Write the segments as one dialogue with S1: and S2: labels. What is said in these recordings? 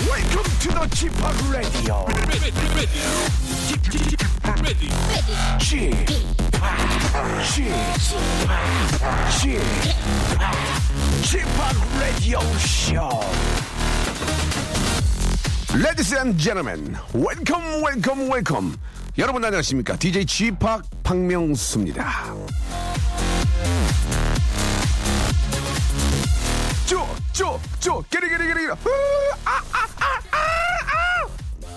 S1: to the Chip Radio.
S2: ready, ready, ready, ready.
S1: Chip, Chip, Chip, Chip Radio Show. Ladies and gentlemen, welcome, welcome, welcome. 여러분 안녕하십니까? DJ G 팍 박명수입니다. 쪼, 쪼, 쪼, 깨리, 깨리, 깨리, 깨리. 으, 아, 아, 아, 아, 아.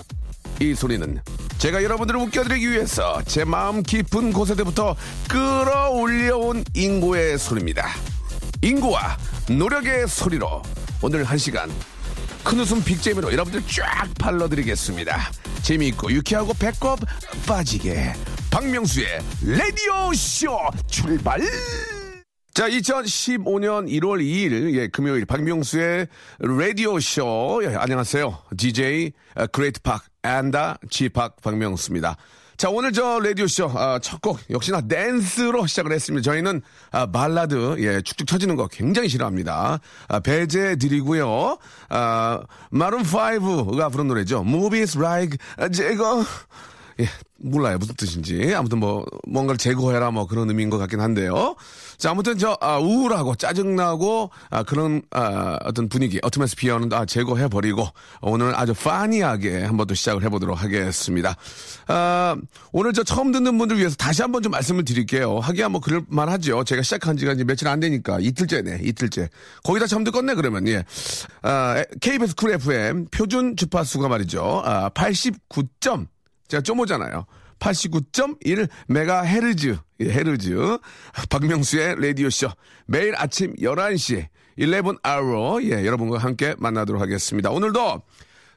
S1: 이 소리는 제가 여러분들을 웃겨드리기 위해서 제 마음 깊은 곳에서부터 끌어올려온 인고의 소리입니다. 인고와 노력의 소리로 오늘 한 시간 큰 웃음 빅재미로 여러분들 쫙 발라드리겠습니다. 재미있고 유쾌하고 배꼽 빠지게 박명수의 라디오 쇼 출발! 자, 2015년 1월 2일, 예, 금요일, 박명수의 라디오쇼. 예, 안녕하세요. DJ, 어, 그레이트 팍, 안다, 지팍, 박명수입니다. 자, 오늘 저 라디오쇼, 아, 첫 곡, 역시나 댄스로 시작을 했습니다. 저희는, 아, 발라드, 예, 축축 처지는 거 굉장히 싫어합니다. 아, 배제 드리고요. 아, 마룬5가 부른 노래죠. Movies like, 제거. 예, 몰라요. 무슨 뜻인지. 아무튼 뭐, 뭔가를 제거해라 뭐 그런 의미인 것 같긴 한데요. 자, 아무튼 저, 아, 우울하고 짜증나고, 아, 그런, 아, 어떤 분위기, 어트맨스 비어는 다 제거해버리고, 오늘은 아주 파니하게 한번 또 시작을 해보도록 하겠습니다. 아, 오늘 저 처음 듣는 분들 위해서 다시 한번 좀 말씀을 드릴게요. 하기야 뭐 그럴만 하죠. 제가 시작한 지가 이제 며칠 안 되니까. 이틀째네, 이틀째. 거기다 처음 듣겠네, 그러면, 예. 아, KBS 쿨 FM 표준 주파수가 말이죠. 아, 89. 제가 좀 오잖아요. 89.1 메가헤르즈. 예, 헤르즈. 박명수의 라디오 쇼. 매일 아침 11시 11 hour 예, 여러분과 함께 만나도록 하겠습니다. 오늘도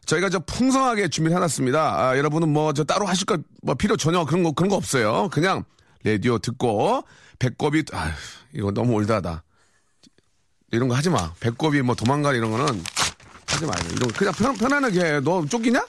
S1: 저희가 저 풍성하게 준비해 놨습니다. 아, 여러분은 뭐 저 따로 하실 거 뭐 필요 전혀 그런 거 그런 거 없어요. 그냥 라디오 듣고 배꼽이 아, 이거 너무 올드하다. 이런 거 하지 마. 배꼽이 뭐 도망가 이런 거는 하지 마요. 이런 거 그냥 편, 편안하게 해. 너 쫓기냐?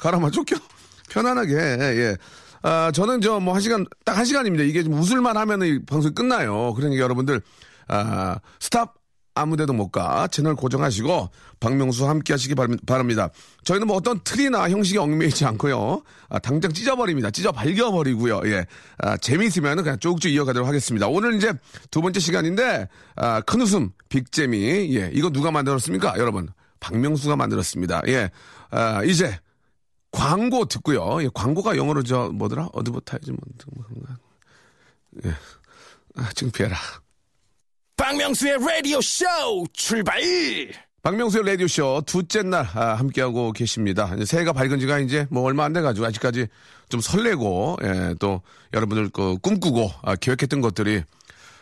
S1: 가라마 쫓겨? 편안하게, 예. 아, 저는 저 뭐 한 시간, 딱 한 시간입니다. 이게 좀 웃을만 하면은 이 방송이 끝나요. 그러니까 여러분들, 아, 스탑 아무 데도 못 가. 채널 고정하시고, 박명수 함께 하시기 바람- 바랍니다. 저희는 뭐 어떤 틀이나 형식에 얽매이지 않고요. 아, 당장 찢어버립니다. 찢어 발겨버리고요. 예. 아, 재미있으면은 그냥 쭉쭉 이어가도록 하겠습니다. 오늘 이제 두 번째 시간인데, 아, 큰 웃음, 빅재미. 예. 이거 누가 만들었습니까? 여러분. 박명수가 만들었습니다. 예. 아, 이제 광고 듣고요. 예, 광고가 영어로 저 뭐더라? 어드버타이즈먼트 뭐 그런 거. 예. 아, 창피해라.
S2: 박명수의 라디오 쇼 출발!
S1: 박명수의 라디오쇼 두째 날 아, 함께하고 계십니다. 이제 새해가 밝은 지가 이제 뭐 얼마 안 돼가지고 아직까지 좀 설레고 예, 또 여러분들 그 꿈꾸고 아, 계획했던 것들이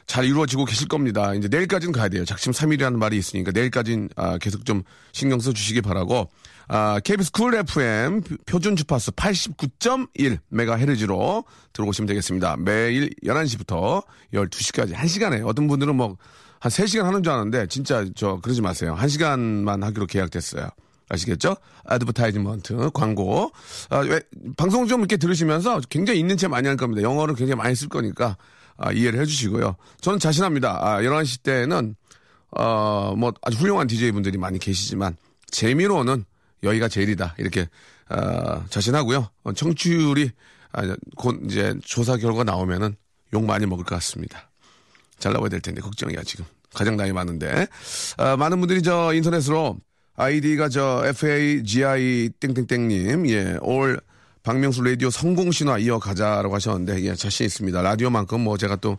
S1: 잘 이루어지고 계실 겁니다. 이제 내일까지는 가야 돼요. 작심 삼일이라는 말이 있으니까 내일까지는 아, 계속 좀 신경 써 주시기 바라고 아, KBS 쿨 FM 표준 주파수 89.1 메가헤르츠로 들어오시면 되겠습니다. 매일 11시부터 12시까지 1시간에 어떤 분들은 뭐 한 3시간 하는 줄 아는데 진짜 저 그러지 마세요. 1시간만 하기로 계약됐어요. 아시겠죠? 아드버타이즈먼트 광고. 아, 왜, 방송 좀 이렇게 들으시면서 굉장히 있는 채 많이 할 겁니다. 영어를 굉장히 많이 쓸 거니까 아, 이해를 해주시고요. 저는 자신합니다. 아, 11시 때는 어, 뭐 아주 훌륭한 DJ분들이 많이 계시지만 재미로는 여기가 제일이다. 이렇게 어, 자신하고요. 어, 청취율이 아, 곧 이제 조사 결과 나오면은 욕 많이 먹을 것 같습니다. 잘 나와야 될 텐데 걱정이야 지금 가장 나이 많은데 아, 많은 분들이 저 인터넷으로 아이디가 저 FAGI 땡땡땡님 예올 박명수 라디오 성공 신화 이어가자라고 하셨는데 예 자신 있습니다 라디오만큼 뭐 제가 또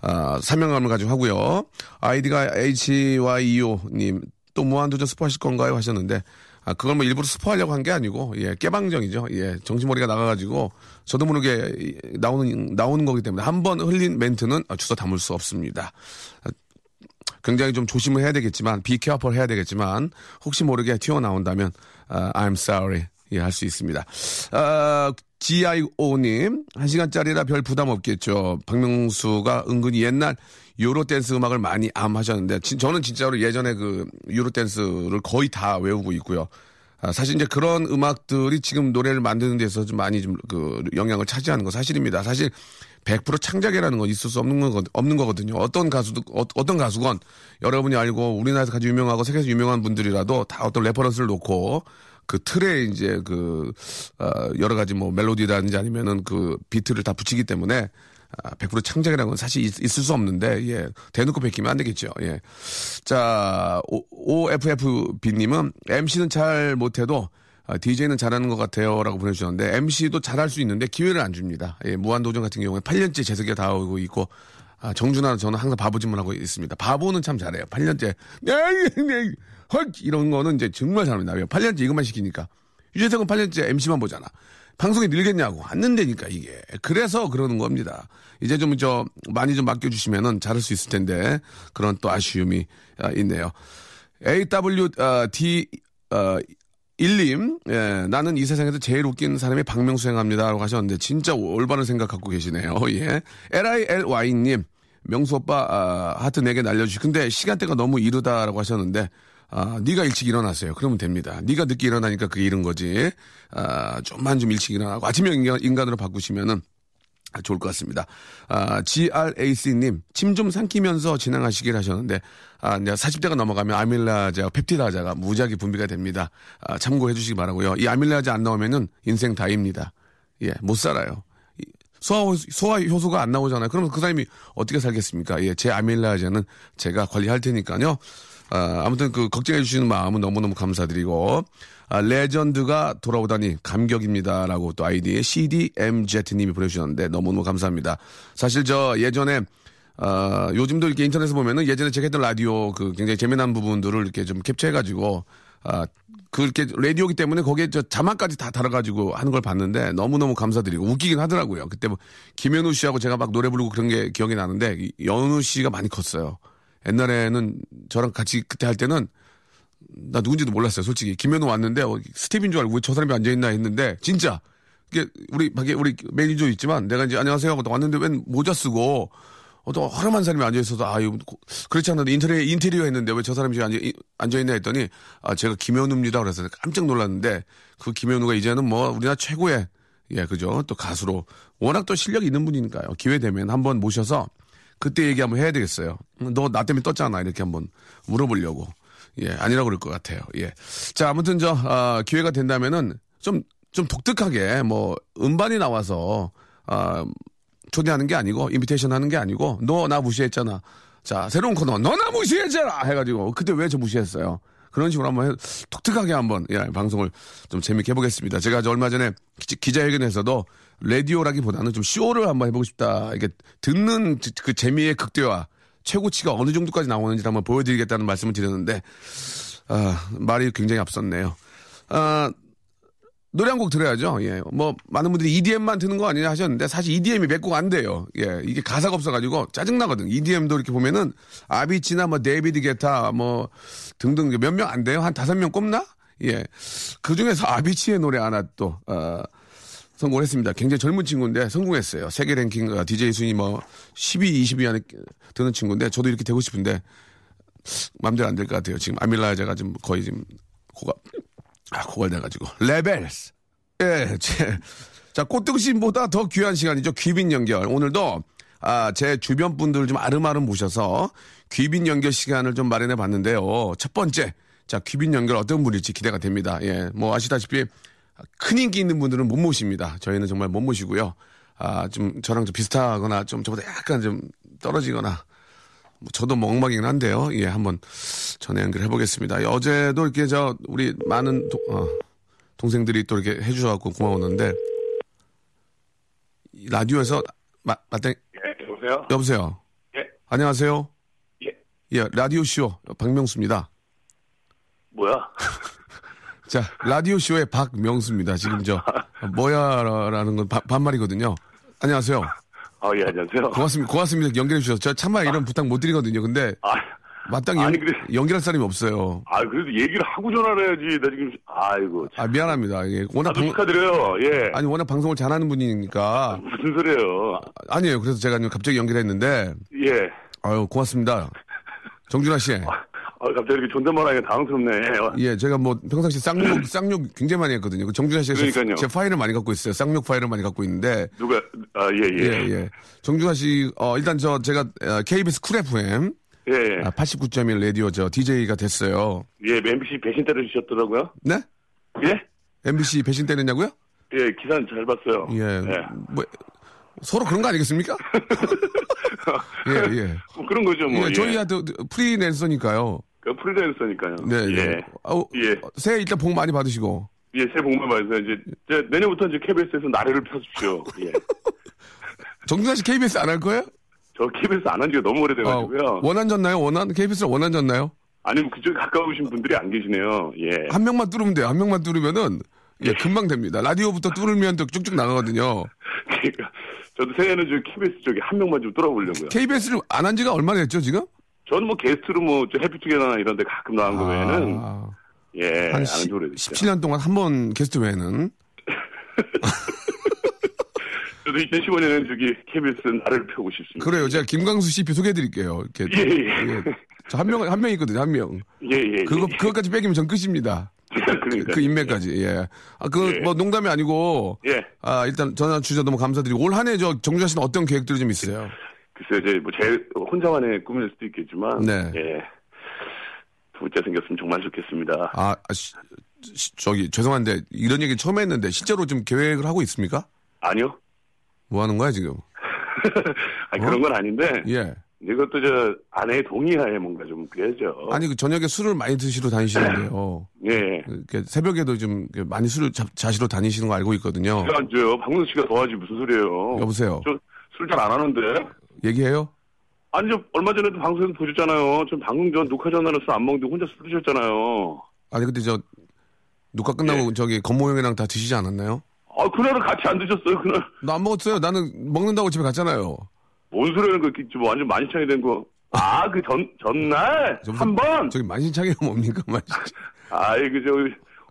S1: 아, 사명감을 가지고 하고요 아이디가 E HYEO님 또 무한도전 스포하실 건가요 하셨는데 아, 그걸 뭐 일부러 스포하려고 한 게 아니고, 예, 깨방정이죠. 예, 정신머리가 나가가지고, 저도 모르게 이- 나오는, 나오는 거기 때문에 한 번 흘린 멘트는 아, 주워 담을 수 없습니다. 아, 굉장히 좀 조심을 해야 되겠지만, 비케어풀 해야 되겠지만, 혹시 모르게 튀어나온다면, 아, I'm sorry. 예, 할 수 있습니다. 아, GIO님, 한 시간짜리라 별 부담 없겠죠. 박명수가 은근히 옛날 유로 댄스 음악을 많이 암하셨는데, 진- 저는 진짜로 예전에 그 유로 댄스를 거의 다 외우고 있고요. 아, 사실 이제 그런 음악들이 지금 노래를 만드는 데서 좀 많이 좀 그 영향을 차지하는 건 사실입니다. 사실 100% 창작이라는 건 있을 수 없는 거 없는 거거든요. 어떤 가수도 어, 떤 가수건 여러분이 알고 우리나라에서 아주 유명하고 세계에서 유명한 분들이라도 다 어떤 레퍼런스를 놓고 그 틀에 이제 그 아, 여러 가지 뭐 멜로디라든지 아니면은 그 비트를 다 붙이기 때문에 아, 100% 창작이라는 건 사실 있, 을수 없는데 예 대놓고 베끼면 안 되겠죠. 예. 자 OFFB님은 MC는 잘 못해도 DJ는 잘하는 것 같아요. 라고 보내주셨는데, MC도 잘할 수 있는데 기회를 안 줍니다. 예, 무한도전 같은 경우에 8년째 재석이가 다 오고 있고, 아, 정준하는 저는 항상 바보짓만 하고 있습니다. 바보는 참 잘해요. 8년째. 네, 네, 네. 헐! 이런 거는 이제 정말 잘합니다. 왜요? 8년째 이것만 시키니까. 유재석은 8년째 MC만 보잖아. 방송이 늘겠냐고. 안 는다니까, 이게. 그래서 그러는 겁니다. 이제 좀, 저, 많이 좀 맡겨주시면은 잘할 수 있을 텐데, 그런 또 아쉬움이 아, 있네요. 아, AWD, 어, 1님, 예, 나는 이 세상에서 제일 웃긴 사람이 박명수 행합니다. 라고 하셨는데, 진짜 올바른 생각 갖고 계시네요. 예. LILY님, 명수 오빠, 아, 하트 4개 날려주시. 근데 시간대가 너무 이르다라고 하셨는데, 아, 네가 일찍 일어났어요. 그러면 됩니다. 네가 늦게 일어나니까 그게 이른 거지. 아, 좀만 좀 일찍 일어나고 아침형 인간, 인간으로 바꾸시면은 아, 좋을 것 같습니다. 아, GRAC님, 침 좀 삼키면서 진행하시길 하셨는데, 아, 이제 40대가 넘어가면 아밀라제와 펩티다자가 무지하게 분비가 됩니다. 아, 참고해 주시기 바라고요. 이 아밀라제 안 나오면은 인생 다입니다. 예, 못 살아요. 이 소화, 소화 효소가 안 나오잖아요. 그러면 그 사람이 어떻게 살겠습니까? 예, 제 아밀라제는 제가 관리할 테니까요. 아, 아무튼 그 걱정해 주시는 마음은 너무너무 감사드리고 아, 레전드가 돌아오다니 감격입니다라고 또 아이디에 CDMZ님이 보내주셨는데 너무너무 감사합니다. 사실 저 예전에 아, 요즘도 이렇게 인터넷에 보면은 예전에 제가 했던 라디오 그 굉장히 재미난 부분들을 이렇게 좀 캡처해가지고 아, 그렇게 라디오기 때문에 거기에 저 자막까지 다 달아가지고 하는 걸 봤는데 너무너무 감사드리고 웃기긴 하더라고요. 그때 뭐 김현우 씨하고 제가 막 노래 부르고 그런 게 기억이 나는데 이 연우 씨가 많이 컸어요. 옛날에는 저랑 같이 그때 할 때는 나 누군지도 몰랐어요. 솔직히 김현우 왔는데 어, 스텝인 줄 알고 왜 저 사람이 앉아 있나 했는데 진짜 이게 우리 밖에 우리 매니저 있지만 내가 이제 안녕하세요 하고 또 왔는데 웬 모자 쓰고 어떤 허름한 사람이 앉아 있어서 아 이거 고- 그렇지 않아도 인테리어 인테리어 했는데 왜 저 사람이 지금 앉아 앉아 있나 했더니 아 제가 김현우입니다 그래서 깜짝 놀랐는데 그 김현우가 이제는 뭐 우리나라 최고의 예 그죠 또 가수로 워낙 또 실력 이 있는 분이니까요 기회 되면 한번 모셔서 그때 얘기 한번 해야 되겠어요. 너 나 때문에 떴잖아. 이렇게 한번 물어보려고. 예, 아니라고 그럴 것 같아요. 예. 자, 아무튼 저, 아, 기회가 된다면은 좀, 좀 독특하게 뭐 음반이 나와서, 아, 초대하는 게 아니고, 인비테이션 하는 게 아니고, 너 나 무시했잖아. 자, 새로운 코너, 너 나 무시했잖아! 해가지고, 그때 왜 저 무시했어요? 그런 식으로 한번 해, 독특하게 한번, 예, 방송을 좀 재밌게 해보겠습니다. 제가 저 얼마 전에 기, 자회견에서도 라디오라기보다는 좀 쇼를 한번 해보고 싶다. 이게 듣는 그, 그 재미의 극대화, 최고치가 어느 정도까지 나오는지 를 한번 보여드리겠다는 말씀을 드렸는데, 아, 말이 굉장히 앞섰네요. 아, 노래 한 곡 들어야죠. 예. 뭐, 많은 분들이 EDM만 듣는 거 아니냐 하셨는데, 사실 EDM이 몇 곡 안 돼요. 예. 이게 가사가 없어가지고 짜증나거든. EDM도 이렇게 보면은, 아비치나 뭐, 데이비드 게타 뭐, 등등 몇 명 안 돼요? 한 다섯 명 꼽나? 예. 그 중에서 아비치의 노래 하나 또, 어, 성공을 했습니다. 굉장히 젊은 친구인데 성공했어요. 세계 랭킹 어, DJ 순위 뭐 10위, 20위 안에 드는 친구인데 저도 이렇게 되고 싶은데 마음대로 안 될 것 같아요. 지금 아밀라제가 지금 거의 지금 고가 아, 고갈돼가지고 레벨스 예, 제, 자 꽃등심보다 더 귀한 시간이죠. 귀빈 연결 오늘도 아, 제 주변 분들 좀 아름아름 모셔서 귀빈 연결 시간을 좀 마련해 봤는데요. 첫 번째 자 귀빈 연결 어떤 분일지 기대가 됩니다. 예, 뭐 아시다시피 큰 인기 있는 분들은 못 모십니다. 저희는 정말 못 모시고요. 아, 좀 저랑 좀 비슷하거나 좀 저보다 약간 좀 떨어지거나 뭐 저도 멍망이긴 한데요. 예, 한번 전화 연결해 보겠습니다. 어제도 이렇게 저 우리 많은 어, 동, 생들이또 이렇게 해주셔갖고 고마웠는데 이 라디오에서 마, 마땅
S3: 예, 여보세요?
S1: 여보세요.
S3: 예,
S1: 안녕하세요.
S3: 예.
S1: 예, 라디오 쇼 박명수입니다.
S3: 뭐야?
S1: 자, 라디오 쇼의 박명수입니다. 지금 저 뭐야라는 건 바- 반말이거든요. 안녕하세요.
S3: 아, 예, 안녕하세요.
S1: 고맙습니다. 고맙습니다. 연결해 주셔서 저 참말 이런 부탁 못 드리거든요. 근데
S3: 아,
S1: 마땅히 연,
S3: 아니, 그래.
S1: 연결할 사람이 없어요.
S3: 아, 그래도 얘기를 하고 전화를 해야지. 나 지금, 아이고. 참.
S1: 아 미안합니다. 예, 워낙
S3: 나도
S1: 방,
S3: 축하드려요. 예.
S1: 아니 워낙 방송을 잘하는 분이니까
S3: 무슨 소리예요?
S1: 아니에요. 그래서 제가 지금 갑자기 연결했는데
S3: 예.
S1: 아유 고맙습니다. 정준하 씨,
S3: 아, 갑자기 이렇게 존댓말 하니까 당황스럽네.
S1: 예 제가 뭐 평상시 쌍욕 쌍욕 굉장히 많이 했거든요. 그 정준하 씨가 제-
S3: 그러니까요.
S1: 제 파일을 많이 갖고 있어요. 쌍욕 파일을 많이 갖고 있는데
S3: 누가, 아, 예,
S1: 예
S3: 예.
S1: 예. 정준하 씨, 어 일단 저 제가 어, KBS 쿨 아, FM
S3: 예, 예. 그
S1: 아, 89.1 라디오 저 DJ가 됐어요.
S3: 예, MBC 배신 때려주셨더라고요.
S1: 네?
S3: 예?
S1: MBC 배신 때렸냐고요?
S3: 예, 기사는 잘 봤어요.
S1: 예. 뭐, 서로 그런 거 아니겠습니까? 예, 예.
S3: 뭐 그런 거죠, 뭐.
S1: 예, 저희한테 프리랜서니까요.
S3: 그 프리랜서니까요.
S1: 네,
S3: 예.
S1: 예. 아우,
S3: 예.
S1: 새해 일단 복 많이 받으시고.
S3: 예, 새해 복만 받으세요. 이제, 이제 내년부터 이제 KBS에서 나래를 펴십시오. 예.
S1: 정준하 씨 KBS 안 할 거예요? 아,
S3: 저 KBS 안 한 지가 너무 오래돼가지고요.
S1: 원한 졌나요? 원한? KBS를 원한 졌나요?
S3: 아니면 그쪽에 가까우신 분들이 안 계시네요. 예.
S1: 한 명만 뚫으면 돼요. 한 명만 뚫으면은 예, 금방 됩니다. 라디오부터 뚫으면 또 쭉쭉 나가거든요.
S3: 그러니까 저도 새해는 저 KBS 쪽에 한 명만 좀 돌아보려고요.
S1: KBS를 안 한 지가 얼마나 됐죠, 지금?
S3: 저는 뭐 게스트로 뭐 해피투게더나 이런 데 가끔 나간 거그 외에는
S1: 아,
S3: 예,
S1: 한
S3: 아는
S1: 시-
S3: 지 오래됐죠.
S1: 17년 동안 한 번 게스트 외에는
S3: 저도 2015년에는 저기 KBS 나를 펴고 싶습니다.
S1: 그래요. 제가 김광수 씨 소개해 드릴게요. 이렇게
S3: 예, 예.
S1: 저한 명, 한 명 있거든요, 한 명.
S3: 예, 예.
S1: 그거,
S3: 예.
S1: 그것까지 빼기면 전 끝입니다.
S3: 그러니까.
S1: 그 인맥까지, 예. 아, 그,
S3: 예.
S1: 뭐, 농담이 아니고.
S3: 예.
S1: 아, 일단 전화 주셔서 너무 감사드리고. 올 한 해 저 정주하 씨는 어떤 계획들이 좀 있어요?
S3: 글쎄요, 제, 뭐, 제, 혼자만의 꿈일 수도 있겠지만.
S1: 네.
S3: 예. 둘째 생겼으면 정말 좋겠습니다.
S1: 아, 아, 시- 시- 저기, 죄송한데, 이런 얘기 처음 했는데, 실제로 좀 계획을 하고 있습니까?
S3: 아. 니요
S1: 뭐 하는 거야, 지금?
S3: 아니, 그런 건 아닌데.
S1: 예.
S3: 이것도 저, 아내의 동의하에 뭔가 좀 그래야죠.
S1: 아니, 그 저녁에 술을 많이 드시러 다니시는데요.
S3: 예.
S1: 이렇게 새벽에도 좀 이렇게 많이 술을 자, 자시러 다니시는 거 알고 있거든요.
S3: 제가 안 줘요. 박문수 씨가 더하지 무슨 소리예요.
S1: 여보세요?
S3: 저 술 잘 안 하는데.
S1: 얘기해요?
S3: 아니, 저 얼마 전에도 방송에서 보셨잖아요. 전 방금 전 녹화 전화로 술 안 먹는데 혼자 술 드셨잖아요.
S1: 아니, 근데 저, 녹화
S3: 예.
S1: 끝나고 저기 건모 형이랑 다 드시지 않았나요?
S3: 아, 그날은 같이 안 드셨어요, 그날.
S1: 나 안 먹었어요. 나는 먹는다고 집에 갔잖아요.
S3: 뭔 소리예요, 그, 그, 완전 만신창이 된 거. 아, 그 전, 전날?
S1: 저기
S3: 한 번?
S1: 저기 만신창이가 뭡니까? 만신창.
S3: 아이, 그, 저,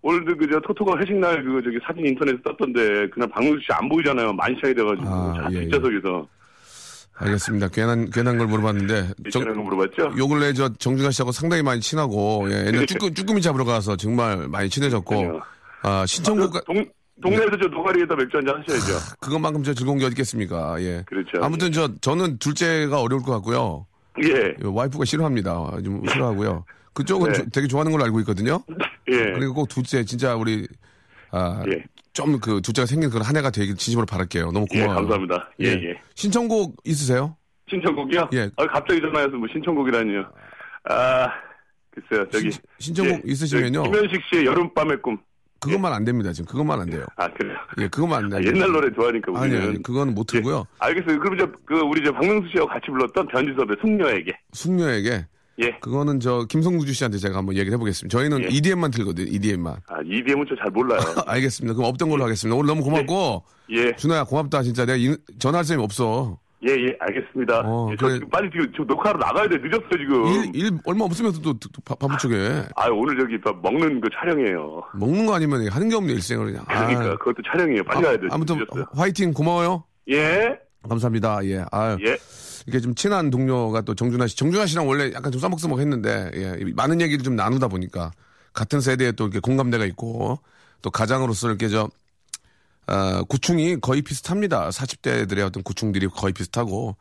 S3: 오늘도 그, 저, 토토가 회식날 그, 저기 사진 인터넷에 떴던데, 그날 박문수 씨 안 보이잖아요. 만신창이 돼가지고.
S1: 아,
S3: 자,
S1: 예, 예.
S3: 뒷좌석에서.
S1: 알겠습니다. 괜한, 괜한 걸 물어봤는데. 정-
S3: 이런 거 물어봤죠?
S1: 요 근래 저 정준하 씨하고 상당히 많이 친하고, 예, 옛날
S3: 그렇죠.
S1: 쭈꾸, 쭈꾸미 잡으러 가서 정말 많이 친해졌고,
S3: 아니요.
S1: 아, 신청곡,
S3: 동, 동네에서 저 노가리에다 맥주 한잔 하셔야죠.
S1: 그것만큼 저 즐거운 게 어디 있겠습니까? 예.
S3: 그렇죠.
S1: 아무튼 저, 저는 둘째가 어려울 것 같고요.
S3: 예,
S1: 예, 와이프가 싫어합니다. 좀 싫어하고요. 그쪽은
S3: 네.
S1: 저- 되게 좋아하는 걸로 알고 있거든요.
S3: 예.
S1: 그리고 꼭 둘째, 진짜 우리, 아,
S3: 예.
S1: 좀 그 둘째가 생긴 그런 한 해가 되길 진심으로 바랄게요. 너무
S3: 예,
S1: 고마워요.
S3: 감사합니다. 예, 예.
S1: 신청곡 있으세요?
S3: 신청곡이요?
S1: 예.
S3: 아, 갑자기 전화해서 뭐 신청곡이라니요. 아, 글쎄요, 저기. 예,
S1: 신- 신청곡 있으시면요.
S3: 저기 김현식 씨의 여름밤의 꿈.
S1: 그것만 안 됩니다. 지금 그것만 안 돼요.
S3: 아, 그래요.
S1: 예, 그것만 안 돼요.
S3: 아, 옛날 노래 좋아하니까
S1: 아니,
S3: 우리는.
S1: 아니, 그건 못 들고요.
S3: 예. 알겠어요. 그럼 이제 그 우리 이제 박명수 씨하고 같이 불렀던 변지섭의 숙녀에게.
S1: 숙녀에게
S3: 예.
S1: 그거는 저 김성주 씨한테 제가 한번 얘기를 해보겠습니다. 저희는 E
S3: 예.
S1: EDM만 들거든요. EDM만.
S3: 아, EDM은 저 잘 몰라요.
S1: 알겠습니다. 그럼 없던 걸로 하겠습니다. 오늘 너무 고맙고
S3: 예.
S1: 준아야 고맙다 진짜 내가 인- 전화할 셈이 없어.
S3: 예, 예, 알겠습니다.
S1: 어,
S3: 예, 저
S1: 그래.
S3: 지금 빨리 지금 저 녹화로 나가야 돼. 늦었어, 지금.
S1: 일, 일 얼마 없으면서 또 또- 또 바- 바쁜 쪽에
S3: 아, 오늘 저기 밥 먹는 그 촬영이에요.
S1: 먹는 거 아니면 하는 게 없네 일생을 그냥. 아.
S3: 그러니까 그것도 촬영이에요. 빨리 가야 돼.
S1: 아, 아무튼
S3: 늦었어요.
S1: 화이팅 고마워요.
S3: 예.
S1: 감사합니다. 예. 아
S3: 예.
S1: 이게 좀 친한 동료가 또 정준하 씨, 정준하 씨랑 원래 약간 좀 써먹써먹했는데 예, 이 많은 얘기를 좀 나누다 보니까 같은 세대에 또 이렇게 공감대가 있고 또 가장으로서 이렇게 저 아, 고충이 거의 비슷합니다. 40대들의 어떤 고충들이 거의 비슷하고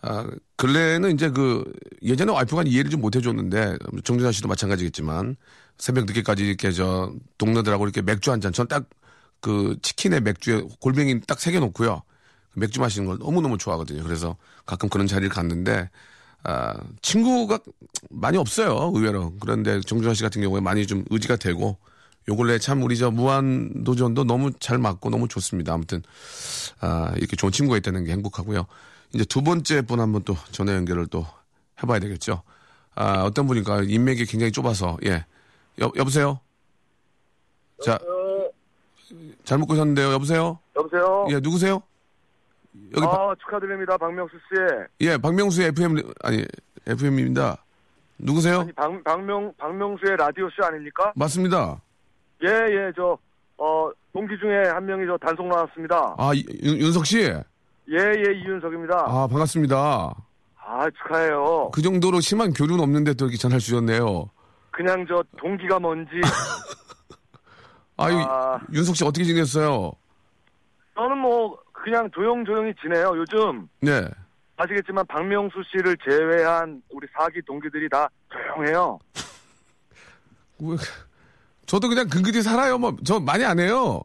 S1: 아, 근래에는 이제 그 예전에 와이프가 이해를 좀 못 해줬는데 정준하 씨도 마찬가지겠지만 새벽 늦게까지 이렇게 저 동료들하고 이렇게 맥주 한 잔, 전 딱 그 치킨에 맥주에 골뱅이 딱 새겨놓고요. 맥주 마시는 걸 너무너무 좋아하거든요. 그래서 가끔 그런 자리를 갔는데, 아, 친구가 많이 없어요. 의외로. 그런데 정준하 씨 같은 경우에 많이 좀 의지가 되고, 요 근래 참 우리 저 무한도전도 너무 잘 맞고 너무 좋습니다. 아무튼, 아, 이렇게 좋은 친구가 있다는 게 행복하고요. 이제 두 번째 분 한번 또 전화 연결을 또 해봐야 되겠죠. 아, 어떤 분인가 인맥이 굉장히 좁아서, 예. 여, 여보세요? 자, 잘못 꼬셨는데요. 여보세요?
S4: 여보세요?
S1: 예, 누구세요? 여기 박-
S4: 아, 축하드립니다, 박명수 씨.
S1: 예, 박명수의 FM 아니 FM입니다. 누구세요?
S4: 아니, 박, 박명, 박명수의 라디오쇼 아닙니까?
S1: 맞습니다.
S4: 예, 예, 저, 어, 동기 중에 한 명이 저 단속 나왔습니다.
S1: 아 이- 윤, 윤석 씨,
S4: 예, 예, 이윤석입니다. 아,
S1: 아 반갑습니다.
S4: 축하해요.
S1: 그 정도로 심한 교류는 없는데 또 이렇게 전화를 주셨네요.
S4: 그, 냥저 동기가 뭔지.
S1: 아유
S4: 아.
S1: 윤석 씨 어떻게 지냈어요?
S4: 저는 뭐, 그냥 조용조용히 지내요. 요즘,
S1: 네,
S4: 아시겠지만, 박명수 씨를 제외한 우리 사기 동기들이 다 조용해요.
S1: 왜- 저도 그냥 근근히 살아요. 뭐 저 많이 안 해요.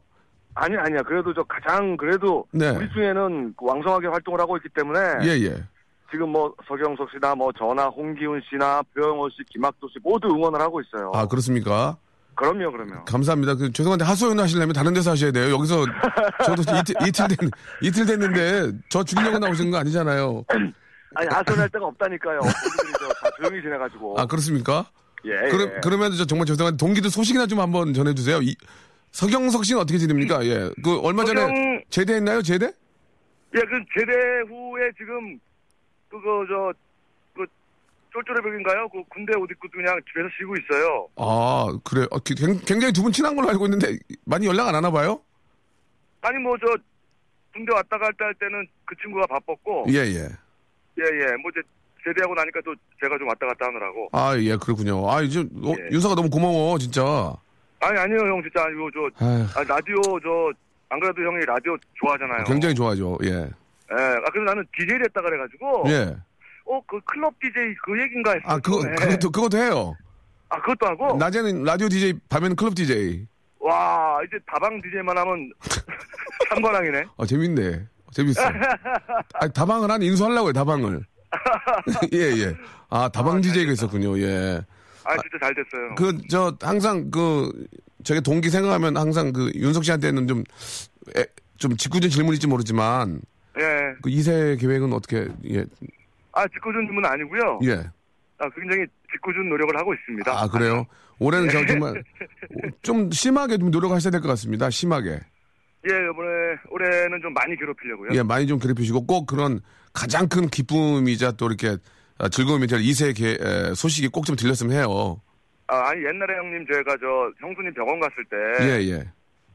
S4: 아니 아니야. 그래도 저 가장 그래도
S1: 네.
S4: 우리 중에는 왕성하게 활동을 하고 있기 때문에
S5: 네.
S1: 예 예.
S4: 지금 뭐 서경석 씨나 뭐 저나 홍기훈 씨나 표영호 씨, 김학도 씨 모두 응원을 하고 있어요.
S1: 아 그렇습니까?
S4: 그럼요, 그럼요.
S1: 감사합니다. 그, 죄송한데 하소연 하시려면 다른 데서 하셔야 돼요. 여기서 저도 이틀, 이틀, 됐, 이틀 됐는데 저 죽이려고 나오신 거 아니잖아요.
S4: 아니 하소연할 데가 없다니까요. 우리들이 저다 조용히 지내가지고.
S1: 아 그렇습니까?
S4: 예.
S5: 네.
S1: 그럼
S4: 예.
S1: 그러면 저 정말 죄송한데 동기들 소식이나 좀 한번 전해주세요. 이, 서경석 씨는 어떻게 지냅니까? 예, 그 얼마 전에
S5: 서경-
S1: 제대했나요? 제대?
S5: 예, 그 제대 후에 지금 그거 저 그 쫄쫄해벽인가요? 그 군대 옷 입고 그냥 집에서 쉬고 있어요.
S1: 아 그래. 요 굉장히 두 분 친한 걸로 알고 있는데 많이 연락 안 하나 봐요?
S5: 아니 뭐 저 군대 왔다 갔다 할 때는 그 친구가 바빴고
S1: 예 예.
S5: 예, 예. 뭐 이제 제대하고 나니까 또 제가 좀 왔다 갔다 하느라고.
S1: 아 예 그렇군요. 아 이제 어,
S5: 예.
S1: 윤서가 너무 고마워 진짜.
S5: 아니 아니요, 형 진짜 아니고 저
S1: 아휴,
S5: 아, 라디오 저 안 그래도 형이 라디오 좋아하잖아요.
S1: 굉장히 좋아죠. 예.
S5: 예. 아, 그래서 나는 DJ를 했다 그래가지고.
S1: 예.
S5: 어, 그 클럽 DJ 그 얘기인가 했어.
S1: 아 그거
S5: 예.
S1: 그것도 그것도 해요.
S5: 아, 그것도
S1: 어.
S5: 하고.
S1: 낮에는 라디오 DJ, 밤에는 클럽 DJ.
S5: 와, 이제 다방 DJ만 하면 삼관왕이네.
S1: 아, 재밌네. 재밌어. 아, 다방을 한 인수하려고요, 다방을. 예, 예. 아, 다방 DJ가 있었군요, 예.
S5: 아, 진짜 잘 됐어요.
S1: 그, 저, 항상 그, 저게 동기 생각하면 항상 그, 윤석 씨한테는 좀, 에, 좀 직구준 질문일지 모르지만,
S5: 예.
S1: 그 2세 계획은 어떻게, 예,
S5: 아, 직구준 분은 아니고요.
S1: 예.
S5: 아, 굉장히 직구준 노력을 하고 있습니다.
S1: 아, 그래요? 올해는 저 정말, 좀 심하게 좀 노력하셔야 될 것 같습니다, 심하게.
S5: 예, 이번에 올해는 좀 많이 괴롭히려고요.
S1: 예, 많이 좀 괴롭히시고 꼭 그런 가장 큰 기쁨이자 또 이렇게 아, 즐거움이 될 2세 개, 에, 소식이 꼭 좀 들렸으면 해요.
S5: 아, 아니 옛날에 형님 제가 저 형수님 병원 갔을 때
S1: 예, 예.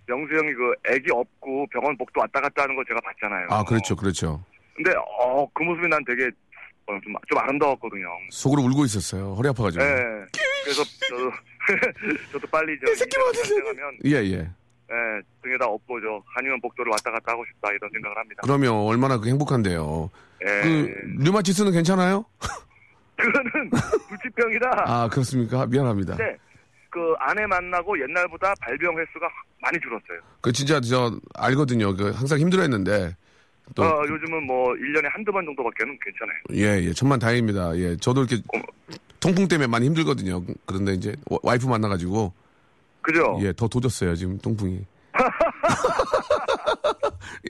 S5: 영수 형이 그 애기 업고 병원 복도 왔다 갔다 하는 거 제가 봤잖아요.
S1: 아, 그렇죠, 그렇죠.
S5: 근데 어, 그 모습이 난 되게 어, 좀, 좀 아름다웠거든요.
S1: 속으로 울고 있었어요. 허리 아파가지고.
S5: 예. 그래서 저도 저도 빨리 저 새끼만 하면
S1: 예, 예.
S5: 예, 등에다 업고 저 한의원 복도를 왔다 갔다 하고 싶다 이런 생각을 합니다.
S1: 그러면 얼마나 그 행복한데요.
S5: 예.
S1: 그, 류마티스는 괜찮아요?
S5: 그거는 불치병이라
S1: 아, 그렇습니까? 미안합니다.
S5: 네. 그 아내 만나고 옛날보다 발병 횟수가 확 많이 줄었어요.
S1: 그 진짜 저 알거든요. 그 항상 힘들어 했는데. 또,
S5: 어, 요즘은 뭐 1년에 한두 번 정도밖에는 괜찮아요.
S1: 예, 예. 천만 다행입니다. 예. 저도 이렇게 통풍 때문에 많이 힘들거든요. 그런데 이제 와- 와이프 만나가지고.
S5: 그죠?
S1: 예, 더 도졌어요, 지금 똥풍이.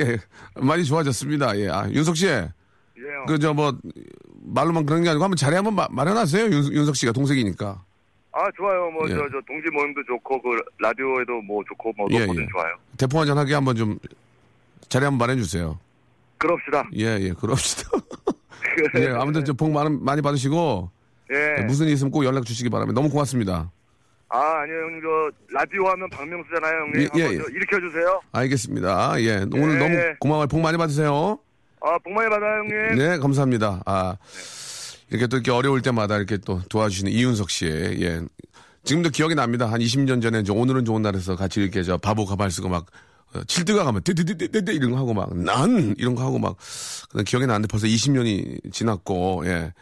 S1: 예, 많이 좋아졌습니다. 예, 아, 윤석 씨,
S5: 예, 형.
S1: 그, 저, 뭐, 말로만 그런 게 아니고 한번 자리 한번 마- 마련하세요, 윤, 석 씨가 동생이니까.
S5: 아, 좋아요. 뭐
S1: 예.
S5: 저 저 동지 모임도 좋고 그 라디오에도 뭐 좋고 뭐
S1: 예,
S5: 뭐든
S1: 예.
S5: 좋아요.
S1: 대포 한잔 하게 한번 좀 자리 한번 마련해주세요.
S5: 그럽시다.
S1: 예, 예, 그럽시다. 예, 아무튼 저 복 많이, 많이 받으시고,
S5: 예.
S1: 무슨 일 있으면 꼭 연락 주시기 바랍니다. 너무 고맙습니다.
S5: 아, 아니요, 형님. 저 라디오 하면 박명수잖아요, 형님.
S1: 예, 예,
S5: 한번
S1: 예.
S5: 저 일으켜 주세요.
S1: 알겠습니다. 예, 오늘
S5: 예.
S1: 너무 고마워요. 복 많이 받으세요.
S5: 아, 복 많이 받아요, 형님.
S1: 네, 감사합니다. 아, 이렇게 또 이렇게 어려울 때마다 이렇게 또 도와주시는 이윤석 씨. 예. 지금도 기억이 납니다. 한 20년 전에 저 오늘은 좋은 날에서 같이 이렇게 저 바보 가발 쓰고 막 어, 칠드가 가면 데데데데데 이런 거 하고 막 난 이런 거 하고 막 근데 기억이 나는데 벌써 20년이 지났고 예.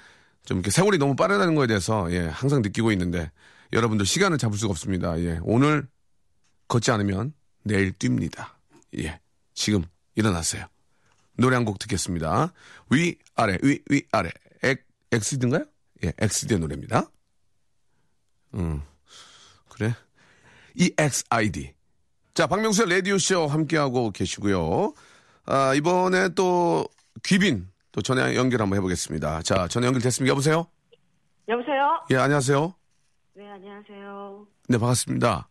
S1: 좀 이렇게 세월이 너무 빠르다는 거에 대해서 예, 항상 느끼고 있는데 여러분들 시간을 잡을 수가 없습니다. 예. 오늘 걷지 않으면 내일 뜁니다. 예. 지금 일어나세요. 노래 한 곡 듣겠습니다. 위, 아래, 위, 위, 아래. 엑, 엑시드인가요? 예, 엑시드의 노래입니다. 음, 그래. E EXID. 자, 박명수의 라디오쇼 함께하고 계시고요. 아, 이번에 또 귀빈, 또 전화 연결 한번 해보겠습니다. 자, 전화 연결됐습니다. 여보세요?
S6: 여보세요?
S1: 예, 안녕하세요.
S6: 네, 안녕하세요.
S1: 네, 반갑습니다.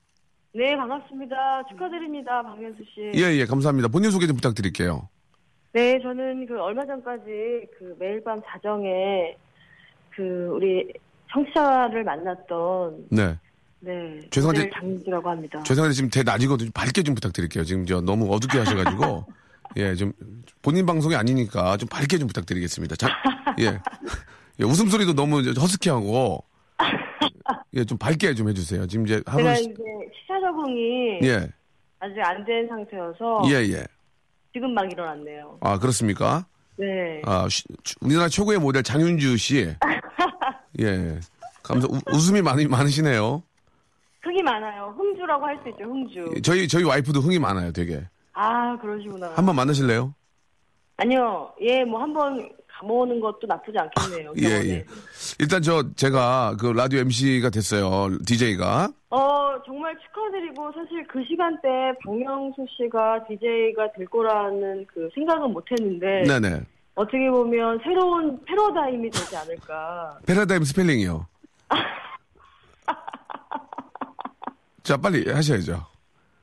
S6: 네, 반갑습니다. 축하드립니다, 박명수 씨.
S1: 예, 예, 감사합니다. 본인 소개 좀 부탁드릴게요.
S6: 네, 저는 그 얼마 전까지 그 매일 밤 자정에 그 우리 청취자를 만났던
S1: 네.
S6: 네,
S1: 죄송한데-
S6: 모델 장지라고 합니다.
S1: 죄송한데 지금 대낮이거든요. 밝게 좀 부탁드릴게요. 지금 저 너무 어둡게 하셔가지고 예 좀 본인 방송이 아니니까 좀 밝게 좀 부탁드리겠습니다. 자, 예. 예, 웃음소리도 너무 이제 허스키하고 예 좀 밝게 좀 해주세요. 지금 이제 하루
S6: 제가 이제 시차 적응이
S1: 예예
S6: 아직 안 된 상태여서
S1: 예. 예.
S6: 지금 막 일어났네요.
S1: 아 그렇습니까?
S6: 네.
S1: 아 쉬- 추- 우리나라 최고의 모델 예. 장윤주 씨. 예 감사 웃- 웃음이 많이 많으시네요.
S6: 흥이 많아요. 흥주라고 할 수 있죠. 흥주.
S1: 예, 저희 저희 와이프도 흥이 많아요, 되게.
S6: 아 그러시구나.
S1: 한번 만나실래요?
S6: 아니요. 예, 뭐 한번 가모으는 것도 나쁘지 않겠네요.
S1: 예,
S6: 병원에.
S1: 예. 일단 저 제가 그 라디오 MC가 됐어요. DJ가.
S6: 어, 정말 축하드리고 사실 그 시간대에 박명수 씨가 DJ가 될 거라는 그 생각은 못 했는데
S1: 네, 네.
S6: 어떻게 보면 새로운 패러다임이 되지 않을까.
S1: 패러다임 스펠링이요. 자, 빨리 하셔야죠.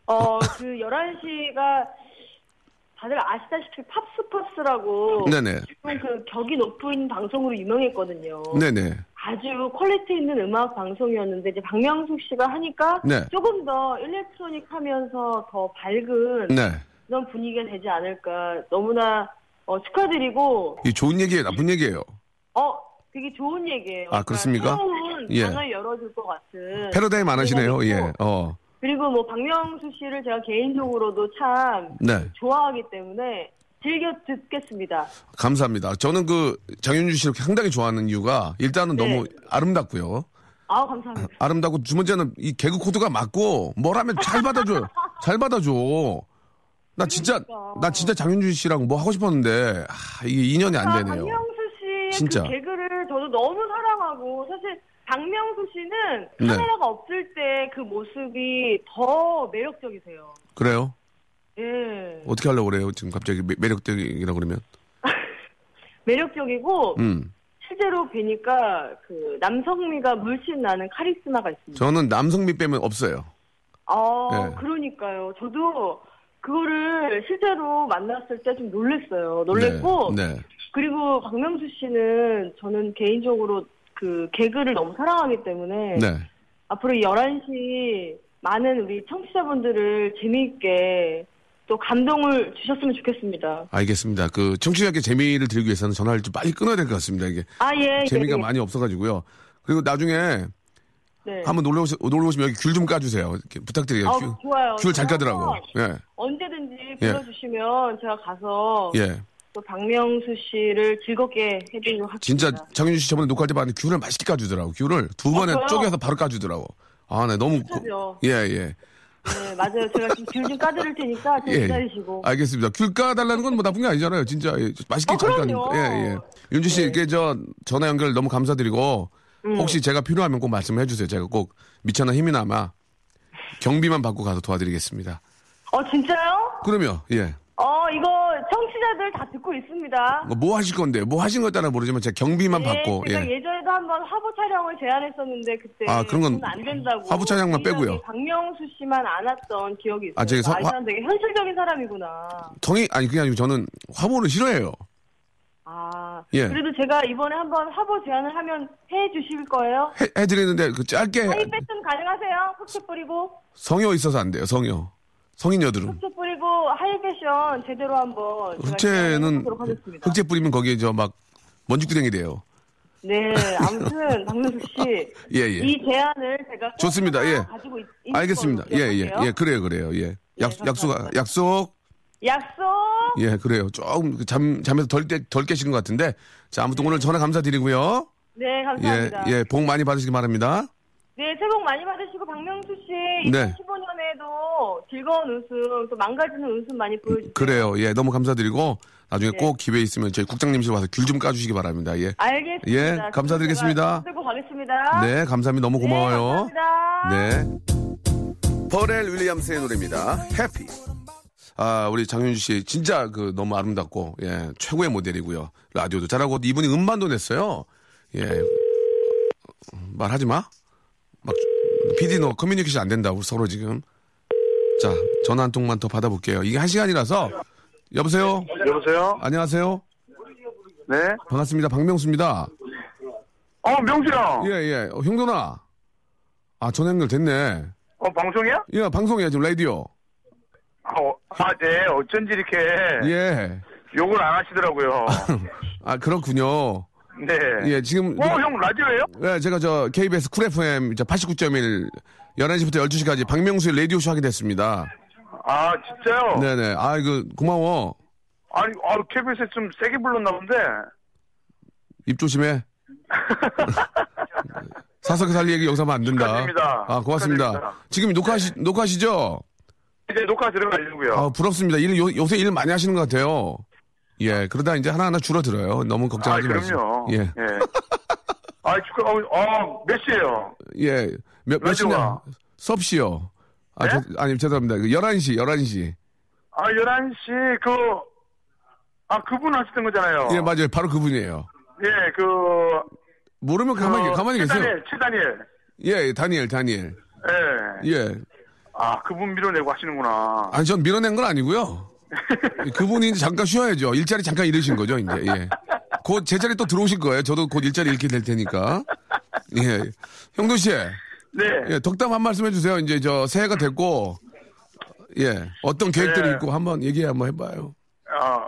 S6: 어, 그 11시가 다들 아시다시피 팝스팝스라고
S1: 네네.
S6: 정말 그 격이 높은 방송으로 유명했거든요.
S1: 네네.
S6: 아주 퀄리티 있는 음악 방송이었는데 이제 박명숙 씨가 하니까
S1: 네.
S6: 조금 더 일렉트로닉 하면서 더 밝은
S1: 네.
S6: 그런 분위기가 되지 않을까 너무나 어, 축하드리고
S1: 이 좋은 얘기예요, 나쁜 얘기예요.
S6: 어 되게 좋은 얘기예요. 그러니까
S1: 아, 그렇습니까?
S6: 새로운
S1: 예.
S6: 방을 열어줄 것 같은
S1: 패러다임 안 하시네요.
S6: 그래가지고
S1: 예. 어.
S6: 그리고 뭐 박명수 씨를 제가 개인적으로도 참
S1: 네.
S6: 좋아하기 때문에 즐겨 듣겠습니다.
S1: 감사합니다. 저는 그 장윤주 씨를 상당히 좋아하는 이유가 일단은
S6: 네.
S1: 너무 아름답고요.
S6: 아 감사합니다.
S1: 아름답고 두 번째는 이 개그 코드가 맞고 뭘 하면 잘 받아줘요. 잘 받아줘. 나 진짜
S6: 그러니까.
S1: 나 진짜 장윤주 씨랑 뭐 하고 싶었는데 아, 이게 인연이
S6: 아,
S1: 안 되네요.
S6: 박명수 씨의
S1: 진짜.
S6: 그 개그를 저도 너무 사랑하고 사실 박명수 씨는
S1: 네.
S6: 카메라가 없을 때 그 모습이 더 매력적이세요.
S1: 그래요?
S6: 예.
S1: 어떻게 하려고 그래요? 지금 갑자기 매, 매력적이라 그러면?
S6: 매력적이고
S1: 음.
S6: 실제로 뵈니까 그 남성미가 물씬 나는 카리스마가 있습니다.
S1: 저는 남성미 빼면 없어요.
S6: 어,
S1: 예.
S6: 그러니까요. 저도 그거를 실제로 만났을 때 좀 놀랬어요. 놀랬고
S1: 네. 네.
S6: 그리고 박명수 씨는 저는 개인적으로 그 개그를 너무 사랑하기 때문에
S1: 네.
S6: 앞으로 11시 많은 우리 청취자분들을 재미있게 또 감동을 주셨으면 좋겠습니다.
S1: 알겠습니다. 그 청취자께 재미를 드리기 위해서는 전화를 좀 빨리 끊어야 될 것 같습니다. 이게
S6: 아, 예. 예,
S1: 재미가
S6: 예.
S1: 많이 없어가지고요. 그리고 나중에
S6: 네.
S1: 한번 놀러 오시, 놀러 오시면 여기 귤 좀 까주세요. 이렇게 부탁드려요.
S6: 아,
S1: 귤,
S6: 좋아요. 아.
S1: 귤잘
S6: 저는
S1: 까더라고.
S6: 한번
S1: 예.
S6: 언제든지
S1: 예.
S6: 불러주시면 제가 가서
S1: 예.
S6: 또 박명수 씨를 즐겁게 해드리도록
S1: 진짜
S6: 하겠습니다.
S1: 장윤주 씨 저번에 녹화할 때 봤는데 귤을 맛있게 까주더라고. 귤을 두 번에
S6: 저요?
S1: 쪼개서 바로 까주더라고. 아, 네, 너무. 고-
S6: 그죠.
S1: 예, 예.
S6: 네, 맞아요. 제가 지금 귤좀 까드릴 테니까 좀
S1: 예, 예.
S6: 기다리시고.
S1: 알겠습니다. 귤 까달라는 건 뭐 나쁜 게 아니잖아요. 진짜. 예, 맛있게
S6: 어,
S1: 잘
S6: 그럼요. 네.
S1: 까니까. 예, 예. 윤주 씨, 이렇게 저 전화 연결 너무 감사드리고
S6: 음.
S1: 혹시 제가 필요하면 꼭 말씀해 주세요. 제가 꼭 미천한 힘이나마 경비만 받고 가서 도와드리겠습니다.
S6: 어, 진짜요?
S1: 그럼요. 예.
S6: 어, 이거 청취자들 다 듣고 있습니다.
S1: 뭐뭐 하실 건데 뭐 하신 것 따라 모르지만 제가 경비만 받고
S6: 제가 예. 전에도 한번 화보 촬영을 제안했었는데 그때
S1: 아, 그런 건
S6: 저는 안 된다고
S1: 화보 촬영만
S6: 굉장히
S1: 빼고요.
S6: 박명수 씨만 안았던 기억이 있어요.
S1: 아, 저기 서-
S6: 이
S1: 화-
S6: 사람 되게 현실적인 사람이구나.
S1: 성이 아니 그게 아니고 저는 화보를 싫어해요.
S6: 아,
S1: 예.
S6: 그래도 제가 이번에 한번 화보 제안을 하면 해 주실 거예요?
S1: 해, 해드리는데 그 짧게
S6: 허이 빼뜸 가능하세요? 흑채 뿌리고
S1: 성여 있어서 안 돼요. 성여 성인 여드름.
S6: 흑채 뿌리고 하이 패션 제대로 한번 제가 제안을
S1: 흑채는
S6: 해보도록 하겠습니다.
S1: 흑채 뿌리면 거기에 저 막 먼지구덩이 돼요.
S6: 네, 아무튼 박명수 씨,
S1: 예, 예.
S6: 이 제안을 제가
S1: 좋습니다. 예.
S6: 가지고 있, 있는
S1: 알겠습니다.
S6: 걸로
S1: 예, 예,
S6: 기억할게요.
S1: 예, 그래요, 그래요, 예. 약,
S6: 감사합니다.
S1: 약속, 약속.
S6: 약속.
S1: 예, 그래요. 조금 그 잠, 잠에서 덜, 깨- 덜 깨시는 것 같은데. 자, 아무튼 오늘 전화 감사드리고요.
S6: 네,
S1: 예,
S6: 감사합니다.
S1: 예, 복 많이 받으시기 바랍니다.
S6: 네, 새해 복 많이 받으시고 박명수 씨
S1: 네.
S6: 2015년에도 즐거운 웃음, 또 망가지는 웃음 많이 보여주세요.
S1: 그래요, 예, 너무 감사드리고.
S6: 네.
S1: 나중에 꼭 기회 있으면 저희 국장님실 와서 귤 좀 까주시기 바랍니다. 예.
S6: 알겠습니다.
S1: 예,
S6: 그럼
S1: 감사드리겠습니다.
S6: 제가 들고 가겠습니다.
S1: 네, 감사합니다. 너무 고마워요.
S6: 아, 네, 감사합니다.
S1: 네. 버렐 윌리엄스의 노래입니다. 해피. 아, 우리 장윤주 씨 진짜 그 너무 아름답고 예, 최고의 모델이고요. 라디오도 잘하고 이분이 음반도 냈어요. 예. 말하지 마. 막 PD 너 커뮤니케이션 안 된다. 우리 서로 지금. 자, 전화 한 통만 더 받아볼게요. 이게 한 시간이라서 여보세요.
S4: 여보세요?
S1: 안녕하세요.
S4: 네?
S1: 반갑습니다. 박명수입니다.
S4: 어, 명수야!
S1: 예, 예. 어, 형돈아. 아, 전화 연결 됐네.
S4: 어, 방송이야?
S1: 예, 방송이야 지금 라디오.
S4: 아, 어, 아, 네. 어쩐지 이렇게
S1: 예.
S4: 욕을 안 하시더라고요.
S1: 아 그렇군요.
S4: 네.
S1: 예, 지금
S4: 어, 형 라디오예요?
S1: 예, 제가 저 KBS 쿨 FM 89.1 11시부터 12시까지 박명수의 라디오 쇼 하게 됐습니다.
S4: 아, 진짜요?
S1: 네, 네. 아, 이거 고마워.
S4: 아니, 아, KBS에 좀 세게 불렀나 본데.
S1: 입 조심해. 사석에 살 얘기 영상하면 안 된다.
S4: 축하드립니다.
S1: 아, 고맙습니다.
S4: 축하드립니다. 네. 어.
S1: 지금 녹화하시, 녹화하시죠?
S4: 이제 녹화 들어가려고요.
S1: 아, 부럽습니다. 일, 요, 요새 일 많이 하시는 것 같아요. 예, 그러다 이제 하나하나 줄어들어요. 너무
S4: 아,
S1: 걱정하지 마세요.
S4: 그럼요. 예.
S1: 예,
S4: 아, 축하, 어, 어, 몇 시에요?
S1: 예. 몇, 몇 시냐?
S4: 라디오가.
S1: 수업 시요. 아,
S4: 네?
S1: 저, 아니, 죄송합니다. 그 11시, 11시.
S4: 아, 11시, 그, 아, 그분 하시던 거잖아요.
S1: 예, 맞아요. 바로 그분이에요.
S4: 예, 그,
S1: 모르면 가만히,
S4: 어,
S1: 가만히 계세요.
S4: 최다니엘, 최다니엘.
S1: 예, 예, 다니엘, 다니엘.
S4: 예.
S1: 예.
S4: 아, 그분 밀어내고 하시는구나.
S1: 아니, 전 밀어낸 건 아니고요. 그분이 이제 잠깐 쉬어야죠. 일자리 잠깐 잃으신 거죠, 이제. 예. 곧 제 자리 또 들어오실 거예요. 저도 곧 일자리 잃게 될 테니까. 예. 형도 씨.
S4: 네.
S1: 예, 덕담 한 말씀 해주세요. 이제 저 새해가 됐고, 예, 어떤 계획들이
S4: 네.
S1: 있고 한번 얘기 한번 해봐요.
S4: 아,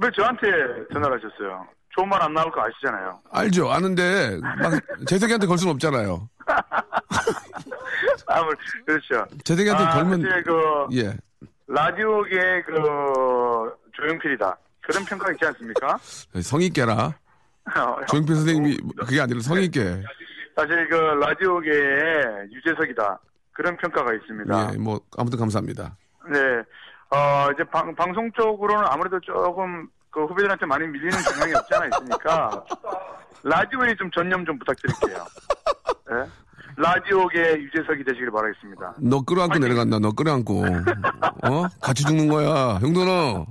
S4: 왜 저한테 전화를 하셨어요? 좋은 말 안 나올 거 아시잖아요.
S1: 알죠, 아는데 막 재석이한테 걸 수는 없잖아요.
S4: 아, 물- 그렇죠.
S1: 재석이한테
S4: 아,
S1: 걸면
S4: 근데 그,
S1: 예,
S4: 라디오계 그, 조용필이다. 그런 평가 있지 않습니까? 어,
S1: 성의 깨라.
S4: 아,
S1: 조용필 선생님이
S4: 뭐,
S1: 그게 아니라 성의 깨.
S4: 사실 그 라디오계의 유재석이다 그런 평가가 있습니다.
S1: 예, 뭐 아무튼 감사합니다.
S4: 네, 어 이제 방, 방송 쪽으로는 아무래도 조금 그 후배들한테 많이 밀리는 경향이 없지 않아 있으니까 라디오에 좀 전념 좀 부탁드릴게요. 네? 라디오계 유재석이 되시길 바라겠습니다.
S1: 너 끌어안고 내려간다. 너 끌어안고. 어? 같이 죽는 거야. 형도너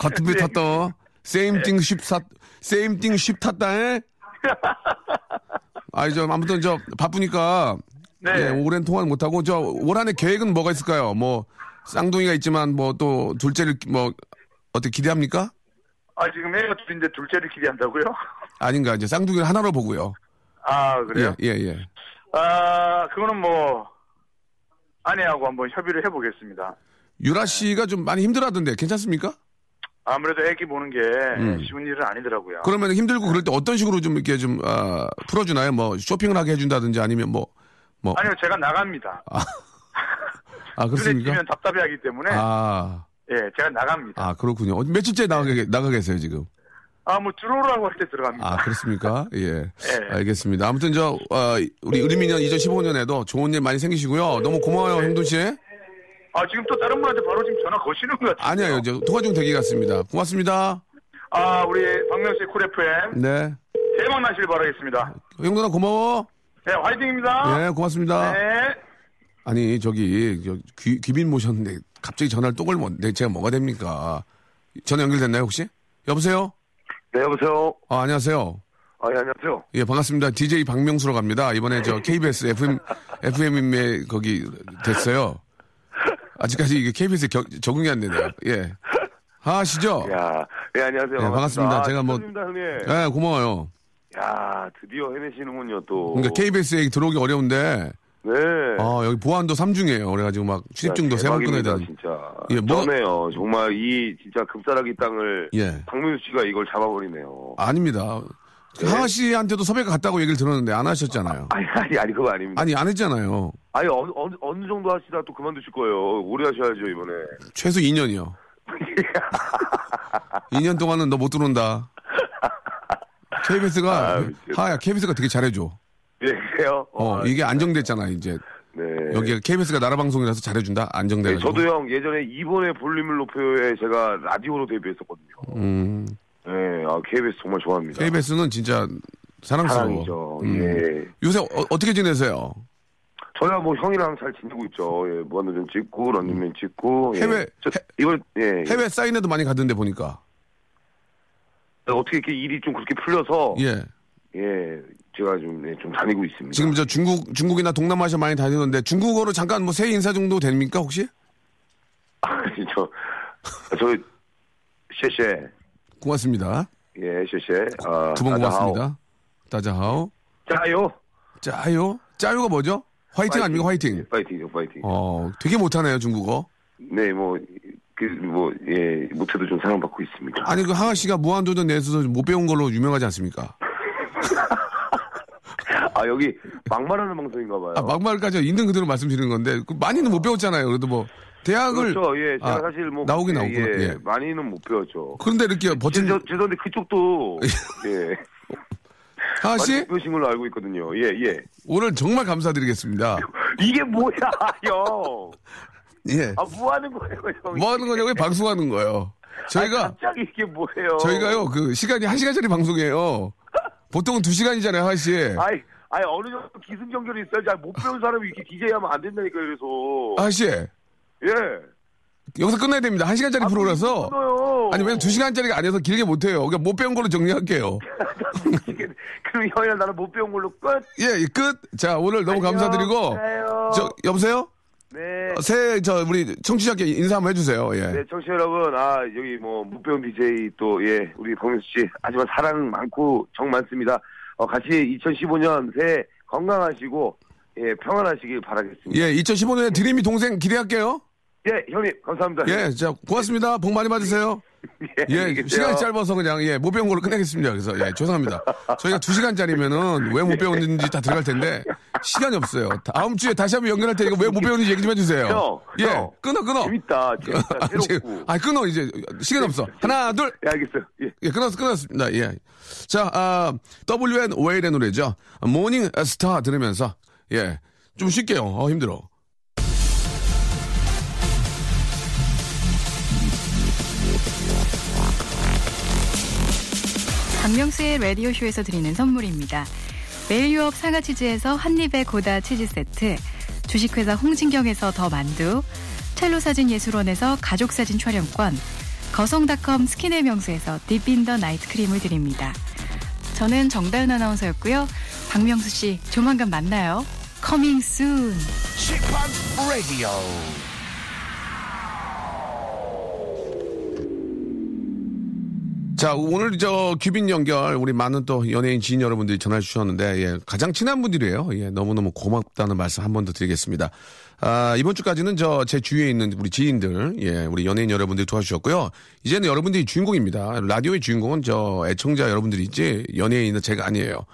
S1: 같은
S4: 네.
S1: 배 탔다. same thing ship 탔, same thing ship 탔다. 에? 아니 저 아무튼 저 바쁘니까
S4: 네.
S1: 예, 오랜 통화는 못 하고 저 올한해 계획은 뭐가 있을까요? 뭐 쌍둥이가 있지만 뭐 또 둘째를 뭐 어떻게 기대합니까?
S4: 아 지금 애가 둘인데 둘째를 기대한다고요?
S1: 아닌가 이제 쌍둥이를 하나로 보고요.
S4: 아 그래요?
S1: 예, 예, 예.
S4: 아 그거는 뭐 아내하고 한번 협의를 해보겠습니다.
S1: 유라 씨가 좀 많이 힘들하던데 괜찮습니까?
S4: 아무래도 애기 보는 게
S1: 음.
S4: 쉬운 일은 아니더라고요.
S1: 그러면 힘들고 그럴 때 어떤 식으로 좀 이렇게 좀 아, 풀어주나요? 뭐 쇼핑을 하게 해준다든지 아니면 뭐 뭐 아
S4: 아니요, 제가 나갑니다. 눈에
S1: 그렇습니까?
S4: 띄면 네. 답답해하기 때문에
S1: 아,
S4: 예, 제가 나갑니다.
S1: 아 그렇군요. 어,
S4: 네.
S1: 며칠째 나가 나가 계세요 지금?
S4: 아, 뭐 들어오라고 할 때 들어갑니다.
S1: 아 그렇습니까? 예,
S4: 예.
S1: 알겠습니다. 아무튼 저 아, 우리 을미년 2015년에도 좋은 일 많이 생기시고요. 너무
S4: 네.
S1: 고마워요 형돈 씨.
S4: 아, 지금 또 다른 분한테 바로 지금 전화 거시는 것 같아요.
S1: 아니에요, 저 통화 중 대기 같습니다. 고맙습니다.
S4: 아, 우리 박명수의 쿨 FM
S1: 네,
S4: 대박 나시길 바라겠습니다.
S1: 형돈아 고마워.
S4: 네, 화이팅입니다.
S1: 예, 고맙습니다.
S4: 네.
S1: 아니 저기 저 귀, 귀빈 모셨는데 갑자기 전화를 또 걸면 제가 뭐가 됩니까? 전화 연결됐나요 혹시? 여보세요?
S5: 네, 여보세요.
S1: 아, 안녕하세요.
S5: 아, 예, 안녕하세요.
S1: 예, 반갑습니다. DJ 박명수로 갑니다. 이번에 저 KBS FM, FM에 거기 됐어요. 아직까지 이게 KBS에 겨, 적응이 안 되네요. 예. 아시죠?
S5: 야, 예, 안녕하세요.
S1: 예, 반갑습니다.
S5: 아,
S1: 제가 뭐-
S5: 축하드립니다, 형님.
S1: 예, 고마워요.
S5: 야, 드디어 해내시는군요, 또.
S1: 그러니까 KBS에 들어오기 어려운데,
S5: 네.
S1: 어, 여기 보안도 3중이에요. 그래가지고 막 출입증도 세번 끊어야 되는.
S5: 대박입니다, 진짜.
S1: 예, 뭐-
S5: 전해요. 정말 이 진짜 급사라기 땅을
S1: 예.
S5: 박민수 씨가 이걸 잡아버리네요.
S1: 아닙니다.
S5: 네.
S1: 하하 씨한테도 섭외가 갔다고 얘기를 들었는데 안 하셨잖아요.
S5: 아니, 아니, 아니, 그거 아닙니다.
S1: 아니, 안 했잖아요.
S5: 아니, 어느, 어느, 어느 정도 하시다 또 그만두실 거예요. 오래 하셔야죠, 이번에.
S1: 최소 2년이요. 2년 동안은 너 못 들어온다. KBS가
S5: 아, 미치겠다.
S1: 하야 KBS가 되게 잘해줘.
S5: 예, 그래요?
S1: 어
S5: 아,
S1: 이게 안정됐잖아 이제
S5: 네.
S1: 여기가 KBS가 나라 방송이라서 잘해준다
S5: 네,
S1: 안정돼가지고.
S5: 저도 형 예전에 이번에 볼륨을 높여에 제가 라디오로 데뷔했었거든요.
S1: 음,
S5: 네, 아, KBS 정말 좋아합니다.
S1: KBS는 진짜 사랑스러워.
S5: 사랑이죠.
S1: 음.
S5: 예.
S1: 요새 어, 떻게 지내세요?
S5: 저야 뭐 형이랑 잘 지내고 있죠. 예, 무한도전 찍고 런닝맨 찍고. 예.
S1: 해외,
S5: 저, 이걸 예,
S1: 해외 사인회도 많이 가던데 보니까.
S5: 예. 어떻게 이렇게 일이 좀 그렇게 풀려서 예,
S1: 예.
S5: 제가 좀, 예, 좀 다니고 있습니다.
S1: 지금 저 중국 중국이나 동남아시아 많이 다니던데 중국어로 잠깐 뭐 새 인사 정도 됩니까 혹시?
S5: 아니, 저, 저, 셰셰,
S1: 고맙습니다.
S5: 예, 셰셰. 아,
S1: 두 뭐- 번
S5: 나다오.
S1: 고맙습니다. 따자하오.
S5: 짜요.
S1: 짜요? 짜요가 뭐죠? 화이팅 아닙니까 화이팅?
S5: 파이팅, 파이팅.
S1: 어, 되게 못하네요 중국어.
S5: 네, 뭐, 그, 뭐, 예, 못해도 좀 사랑받고 있습니다.
S1: 아니 그 하하 씨가 무한도전 내에서 못 배운 걸로 유명하지 않습니까?
S5: 아, 여기 막말하는 방송인가 봐요.
S1: 아, 막말까지 있는 그대로 말씀드리는 건데 그 많이는 못 배웠잖아요. 그래도 뭐 대학을
S5: 그렇죠. 예, 제가
S1: 아,
S5: 사실 뭐
S1: 나오긴
S5: 그렇게,
S1: 나오구나.
S5: 예,
S1: 예.
S5: 많이는 못 배웠죠.
S1: 그런데 이렇게 버틴
S5: 예. 죄송- 죄송한데 그쪽도 예.
S1: 하하 씨,
S7: 그러신 걸로 알고 있거든요. 예, 예.
S1: 오늘 정말 감사드리겠습니다.
S7: 이게 뭐야, 형.
S1: 예.
S7: 아, 뭐 하는 거예요, 형.
S1: 뭐 하는 거냐고요? 방송하는 거예요.
S7: 아,
S5: 그
S1: 저희가,
S7: 갑자기 이게 뭐예요.
S1: 저희가요, 그 시간이 한시간짜리 방송이에요. 보통은 두시간이잖아요 하하 씨.
S5: 뭐
S7: 아이, 아이, 어느 정도 기승전결이 있어야지. 아이, 못 배운 사람이 이렇게 DJ 하면 안 된다니까요, 그래서.
S1: 하하 씨,
S7: 예.
S1: 여기서 끝내야 됩니다. 한시간짜리 프로라서.
S7: 끊어요.
S1: 아니, 왜냐면 두시간짜리가 아니어서 길게 못해요. 그러니까 못 배운 걸로 정리할게요.
S7: 그럼 형이랑 나는 못 배운 걸로 끝.
S1: 예, 이 끝. 자, 오늘 너무 어, 감사드리고.
S7: 안녕하세요.
S1: 저, 여보세요?
S7: 네.
S1: 새해, 저, 우리 청취자께 인사 한번 해주세요. 예.
S7: 네, 청취자 여러분, 아, 여기 뭐, 무병 DJ 또, 예, 우리 박명수 씨. 하지만 사랑 많고, 정 많습니다. 어, 같이 2015년 새해 건강하시고, 예, 평안하시길 바라겠습니다.
S1: 예, 2015년에 드림이 동생 기대할게요.
S7: 예, 형님, 감사합니다.
S1: 예, 자, 고맙습니다. 복 많이 받으세요. 예,
S7: 안녕히 계세요.
S1: 시간이 짧아서 그냥, 예, 못 배운 걸로 끝내겠습니다. 그래서, 예, 죄송합니다. 저희가 두시간짜리면은 왜 못 배웠는지 다 들어갈 텐데, 시간이 없어요. 다음 주에 다시 한번 연결할 테니까 왜 못 배웠는지 얘기 좀 해주세요.
S7: 형,
S1: 예,
S7: 형.
S1: 끊어, 끊어.
S7: 재밌다, 재밌다,
S1: 아니,
S7: 새롭고.
S1: 아니, 끊어, 이제. 시간 없어. 하나, 둘.
S7: 예, 알겠어요. 예.
S1: 예, 끊었, 끊었습니다. 예. 자, 아, WN 웨일의 노래죠. 모닝 스타 들으면서, 예. 좀 쉴게요. 어, 힘들어.
S8: 박명수의 라디오쇼에서 드리는 선물입니다. 매일 유업 상하치즈에서 한입에 고다 치즈 세트, 주식회사 홍진경에서 더 만두, 첼로 사진 예술원에서 가족 사진 촬영권, 거성닷컴 스킨의 명수에서 딥빈더 나이트 크림을 드립니다. 저는 정다은 아나운서였고요. 박명수 씨, 조만간 만나요. Coming soon.
S2: 지팍 라디오
S1: 자, 오늘 저 귀빈 연결 우리 많은 또 연예인 지인 여러분들이 전화 주셨는데 예, 가장 친한 분들이에요. 예, 너무너무 고맙다는 말씀 한 번 더 드리겠습니다. 아, 이번 주까지는 저 제 주위에 있는 우리 지인들, 예, 우리 연예인 여러분들이 도와주셨고요. 이제는 여러분들이 주인공입니다. 라디오의 주인공은 저 애청자 여러분들이지 연예인은 제가 아니에요.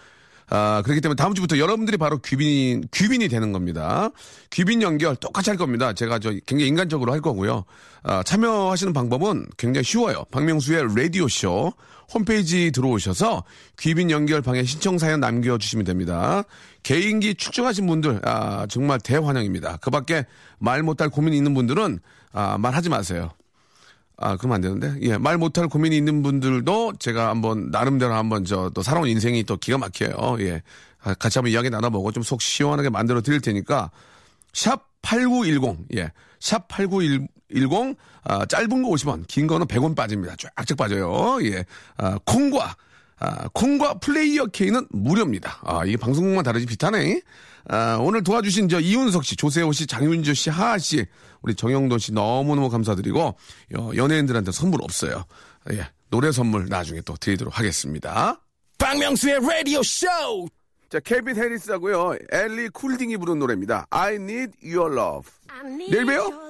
S1: 아, 그렇기 때문에 다음 주부터 여러분들이 바로 귀빈, 귀빈이 되는 겁니다. 귀빈 연결 똑같이 할 겁니다. 제가 저 굉장히 인간적으로 할 거고요. 아, 참여하시는 방법은 굉장히 쉬워요. 박명수의 라디오쇼 홈페이지 들어오셔서 귀빈 연결 방에 신청 사연 남겨주시면 됩니다. 개인기 출중하신 분들, 아, 정말 대환영입니다. 그 밖에 말 못할 고민이 있는 분들은, 아, 말하지 마세요. 아, 그러면 안 되는데. 예, 말 못할 고민이 있는 분들도 제가 한번, 나름대로 한번 저, 또 살아온 인생이 또 기가 막혀요. 예. 아, 같이 한번 이야기 나눠보고 좀 속 시원하게 만들어 드릴 테니까, 샵8910, 예. 샵8910, 아, 짧은 거 50원, 긴 거는 100원 빠집니다. 쫙쫙 빠져요. 예. 아, 콩과, 아, 콩과 플레이어 K는 무료입니다. 아, 이게 방송국만 다르지 비슷하네. 아, 오늘 도와주신 저 이윤석 씨, 조세호 씨, 장윤주 씨, 하하 씨, 우리 정영돈 씨 너무너무 감사드리고, 어, 연예인들한테 선물 없어요. 예. 노래 선물 나중에 또 드리도록 하겠습니다.
S2: 박명수의 라디오 쇼
S1: 자, 케빈 해리스하고요. 엘리 쿨딩이 부른 노래입니다. I need your love. 내일 봬요.